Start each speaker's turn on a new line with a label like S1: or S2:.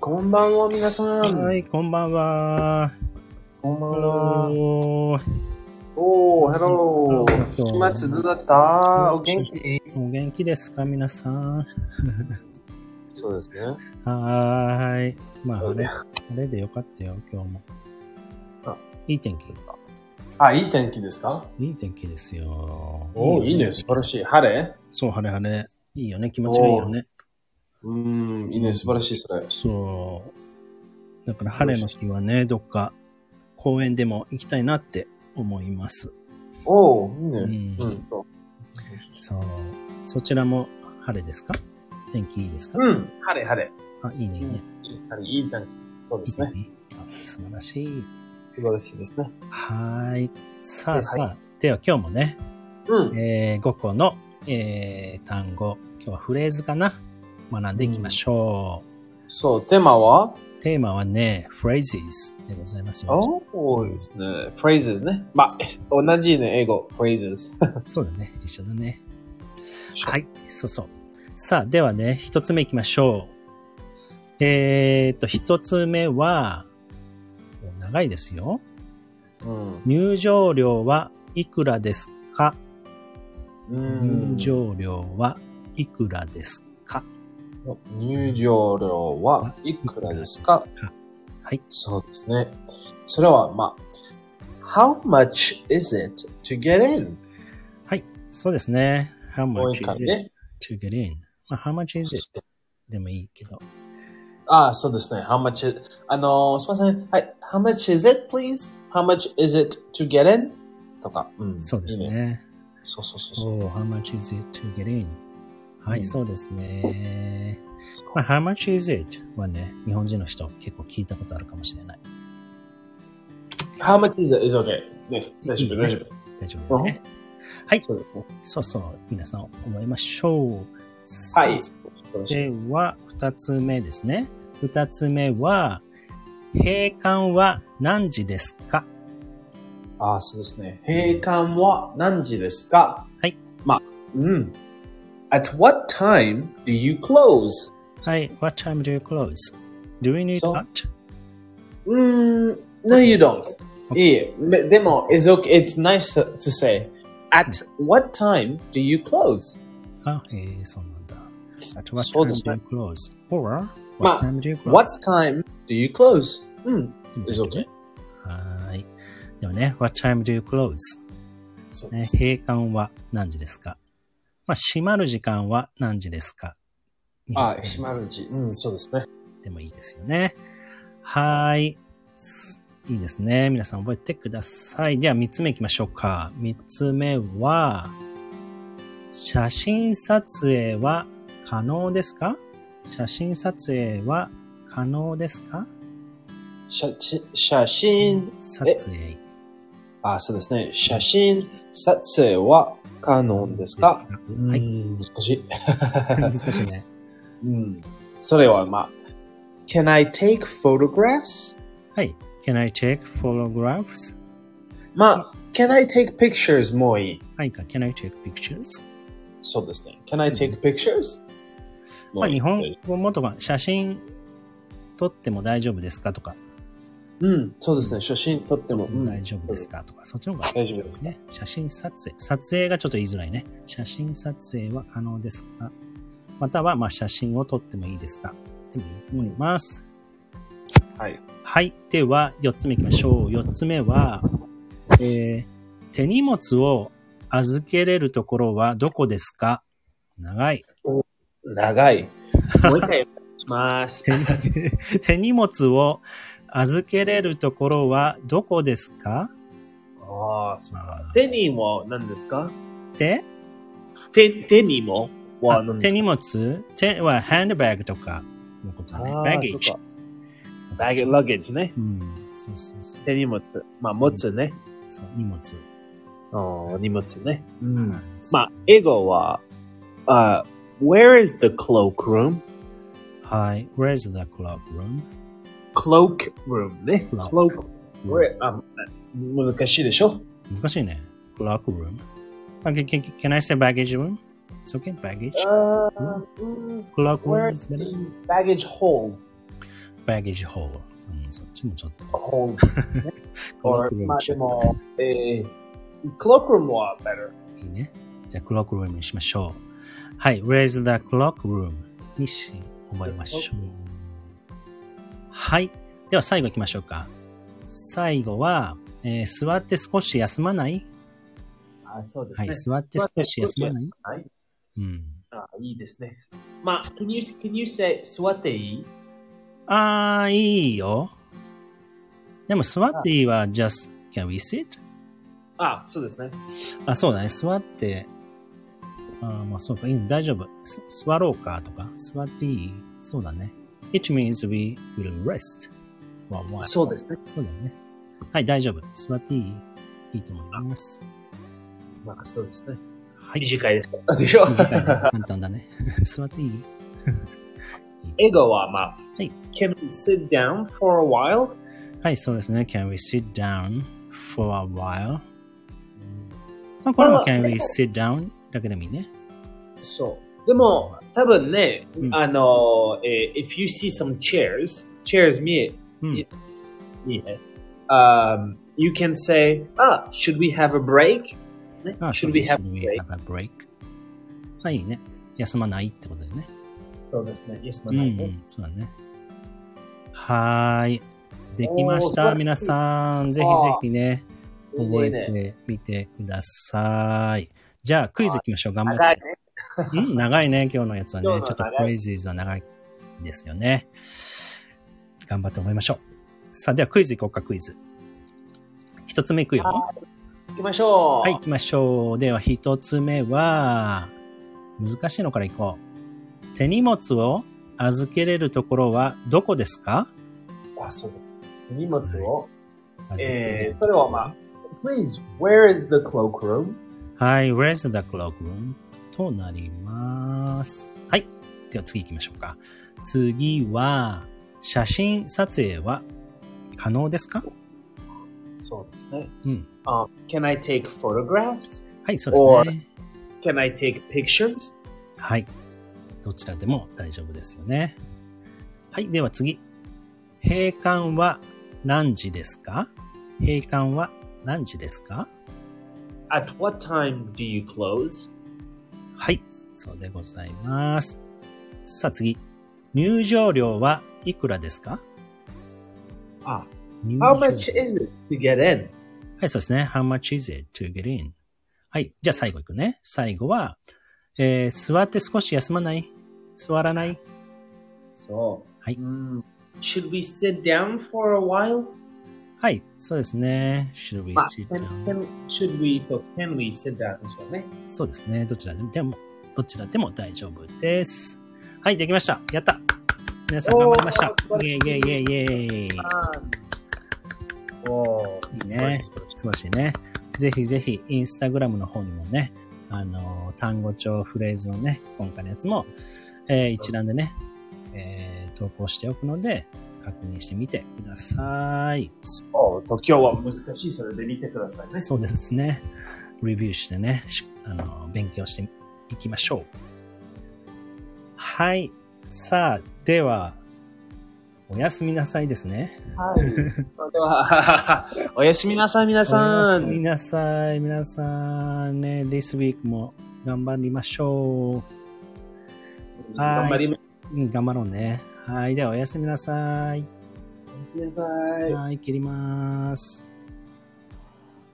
S1: こんばんは、皆さん。
S2: はい、こんばんは。
S1: こんばんは。
S2: お
S1: おー、ヘロ
S2: こんばん
S1: ー。
S2: は
S1: 週末どうだったお元気
S2: お元気ですか、皆さん。
S1: そうですね。
S2: はーい。まあ、
S1: そ
S2: あ
S1: うね
S2: れ、あれでよかったよ、今日も
S1: あ。
S2: いい天気。
S1: あ、いい天気ですか
S2: いい天気ですよ。
S1: おー、いいね。素晴らしい。晴れ
S2: そう、晴れ晴れ。いいよね、気持ちがいいよね。
S1: うーん、いいね。素晴らしい、それ。
S2: そう。だから晴れの日はね、どっか公園でも行きたいなって思います。
S1: おー、いいね。
S2: うん
S1: うん、そう。
S2: そう。そちらも晴れですか天気いいですか、
S1: うん、晴れ、晴れ。
S2: あ、いいね、いいね。
S1: 晴れいい天気。そうですね。
S2: あ素晴らしい。
S1: 素晴らしいですね。
S2: はーい。さ
S1: は
S2: あ
S1: い
S2: さあ、では今日もね、
S1: うん。
S2: え5個の、えー単語、今日はフレーズかな学んでいきましょ
S1: そう、テーマは
S2: う。テーマはね、phrases でございますよ。
S1: おー、ですね。phrases ね。まあ、 同じね、英語。phrases。
S2: そうだね。一緒だね。はい。そうそう。さあ、ではね、一つ目いきましょう。えー、っと、一つ目は、もう長いですよ。
S1: うん。
S2: 入場料はいくらですか
S1: うん
S2: 入場料はいくらですか
S1: 入場料はいくらですか
S2: はい。
S1: そうですね。それは、まあ、How much is it to get in?
S2: そうですね。How
S1: もう一
S2: much
S1: 回
S2: is it
S1: ね。
S2: to get in? まあ、How much is it? でもいいけど。
S1: ああ、そうですね。How much is... あのー、すみません。はい。How much is it, please? How much is it to get in? とか。うん
S2: そうです。
S1: いい
S2: ね。
S1: そうそうそうそう。
S2: Oh, how much is it to get in? は
S1: う
S2: い、
S1: ん
S2: そうですね。
S1: そう
S2: まあ、How much is it? はね、日本人の人結構聞いたことあるかもしれない。
S1: How much is it is okay. ね、大丈
S2: いい
S1: 夫、
S2: ね
S1: 大丈夫。
S2: 大丈夫だよね。はい、
S1: そうですね。
S2: そうそう、皆さん覚えましょう。
S1: は
S2: さ
S1: い
S2: あ。では、二つ目ですね。二つ目は、閉館は何時ですか
S1: ああ、そうですね。閉館は何時ですか
S2: はい。
S1: まあ、うん。At what time do you close?
S2: はい。What time do you close? Do we need
S1: そう
S2: that?
S1: うーん、No, Mm, you don't.
S2: Okay.
S1: いいえ。めでも、it's, okay. it's nice to say. At what time do you close?
S2: あ、えー、そうなんだ。At what
S1: そう
S2: time
S1: で
S2: do
S1: す
S2: you
S1: ね
S2: close? Or,
S1: まあ
S2: what time do you close?
S1: What time do you close? Mm. うん。It's okay.
S2: はーい。ではね、What time do you close?
S1: そう
S2: ね
S1: ですね。
S2: 閉館は何時ですかまあ、閉まる時間は何時ですか
S1: ああ、閉まる時。うん、そうですね。
S2: でもいいですよね。はーい。すいいですね。皆さん覚えてください。では3つ目行きましょうか。3つ目は、写真撮影は可能ですか写真撮影は可能ですか
S1: 写写真、
S2: 撮影。
S1: ああ、そうですね。写真、撮影は可能ですか
S2: は
S1: う
S2: い。
S1: ん難しい。
S2: 難しいね。
S1: うん。それはまあ、Can I take photographs?
S2: はい。Can I take photographs?
S1: まあ、Can I take pictures? もういい。
S2: はいか。Can I take pictures?
S1: そうですね。Can I take pictures?
S2: まあ、日本
S1: もういい
S2: 語もとか、写真撮っても大丈夫ですかとか。
S1: うん、そうですね。写真撮っても。うん
S2: 大丈夫ですかとか、そっちの方が
S1: 大丈夫です
S2: ね。写真撮影。撮影がちょっと言いづらいね。写真撮影は可能ですかまたは、まあ、写真を撮ってもいいですかでもいいと思います。
S1: はい。
S2: はい。では、4つ目いきましょう。4つ目は、えー、手荷物を預けれるところはどこですか長い。
S1: 長い。もう一回お願いし ます。
S2: 手荷物を預けれるところはどこですか
S1: ああ、そう手にも何ですか
S2: で、
S1: 手、手にもは
S2: あ
S1: 何で
S2: 手
S1: すか
S2: 荷物手はハンドバッグとかのことだね。
S1: あー
S2: バッゲージ
S1: そっ。かバッグ、ラゲージね。
S2: うん。そうそうそう。
S1: 手荷物。まあ、持つね。
S2: そう、荷物。
S1: お荷物ね。うん
S2: はい
S1: まあ、英語は、あ、Where is the cloakroom?
S2: はい。Where's the clock room?
S1: Cloakroom ね。
S2: Cloak
S1: Cloak。Where- あ難しいでしょ
S2: 難しいね。clock room. Okay, can, can I say baggage room? It's okay, baggage.
S1: あ
S2: Clock room
S1: Where's
S2: is better.
S1: the baggage hall?
S2: baggage hall。うん、そっちもちょっと。
S1: Oh,
S2: クロッ
S1: or
S2: クルーム
S1: まあ
S2: にし
S1: で
S2: よう
S1: も、えー、clock room は better.
S2: いいね。じゃあ、クロックルームにしましょう。はい。raise the clock room にし、覚えましょう。はい。では、最後行きましょうか。最後は、えー座って少し休まない
S1: あ、そうで
S2: はい。座って少し休まない
S1: はい。
S2: うん。
S1: あ、いいですね。まあ、can you, can you say 座っていい
S2: あー、いいよ。でも、座っていいは、just, can we sit?
S1: あ、そうですね。
S2: あ、そうだね。座って、あーまあそうか。いい大丈夫。す座ろうかとか。座っていいそうだね。It means we will rest. まあまあ
S1: そうですね。
S2: そうだよね。はい、大丈夫。座っていいいいと思います。
S1: まあ、そうですね。
S2: はい。
S1: 短いです。でしょ
S2: 短いね。簡単だね。 座っていい
S1: 英語はまあ、
S2: はい
S1: can we sit down for a while?
S2: はい、そうですね。Can we sit down for a while? まあ、これも
S1: あ
S2: Can
S1: で
S2: we
S1: も
S2: sit down? だけでもいいね。
S1: そう。でも、多分ね、
S2: うん
S1: あの、えー if you see some chairs, chairs 見え、
S2: うん
S1: い。見え、um, you can say, ah, should we have a break? ね
S2: あ
S1: should we have a
S2: should
S1: break?
S2: have a break? はい、いいね。休まないってことだよね。
S1: そうですね。Yes,
S2: うん、うん、そうだね。はーい。できまし
S1: お
S2: た。
S1: ー
S2: 皆さん、ぜひぜひね、覚えてみてください。じゃあ、クイズいきましょう。頑張
S1: 長い
S2: っ
S1: ね
S2: て。。うん、長いね、今日のやつはね。
S1: 今日
S2: ちょ
S1: の
S2: っ
S1: は
S2: と
S1: 長い
S2: クイズは長いですよね。頑張って覚えましょう。さあ、ではクイズいこうか、クイズ。一つ目いくよ。
S1: は行きましょう。
S2: はい、行きましょう。では、一つ目は、難しいのから行こう。手荷物を預けれるところはどこですか
S1: あ、そうだ。荷物を。
S2: 預けれ
S1: え
S2: る
S1: ー、それはまあ、please, where is the cloakroom?
S2: はい、where's the cloakroom? となります。はい。では次行きましょうか。次は、写真撮影は可能ですか
S1: そうですね。
S2: うん。
S1: Um, can I take photographs?
S2: はい、そうですね。
S1: Can I take pictures?
S2: はい。どちらでも大丈夫ですよね。はい。では次。閉館は何時ですか閉館は何時ですか
S1: At what time do you close?
S2: はい。そうでございます。さあ次。入場料はいくらですか
S1: Ah,
S2: 入
S1: how
S2: 場
S1: much
S2: 料
S1: is it to get in?
S2: はい、そうですね。How much is it to get in? はい。じゃあ最後いくね。最後は、えー、座って少し休まない座らない
S1: So,
S2: はい。
S1: mm, should we sit down for a while?
S2: はい。そうですね。Should we
S1: まあ
S2: sit
S1: can,
S2: down?
S1: can, should we, to- can we sit down? でしょうね
S2: そうですね。どちらでも、でもどちらでも大丈夫です。はい、できました。やった。皆さん頑張りました
S1: お。ー
S2: イェイイェイイェイイェイ。
S1: お
S2: いいね素晴らしいね。ぜひぜひ、インスタグラムの方にもね、あのー、単語帳、フレーズのね、今回のやつも、えー一覧でね、えー投稿しておくので、確認してみてください。
S1: おと今日は難しいそれで見てください ね。
S2: そうですね。レビューしてね、しあの、勉強していきましょう。はい。さあ、では、おやすみなさいですね。
S1: はい。それでは、おやすみなさい、皆さ
S2: おやすみ
S1: ん。
S2: なさい、皆さん。ね、This week も頑張りましょ
S1: 頑張りま
S2: う。うん、頑張ろうね。はい。では、おやすみなさい。
S1: おやすみなさい。
S2: はい、切ります。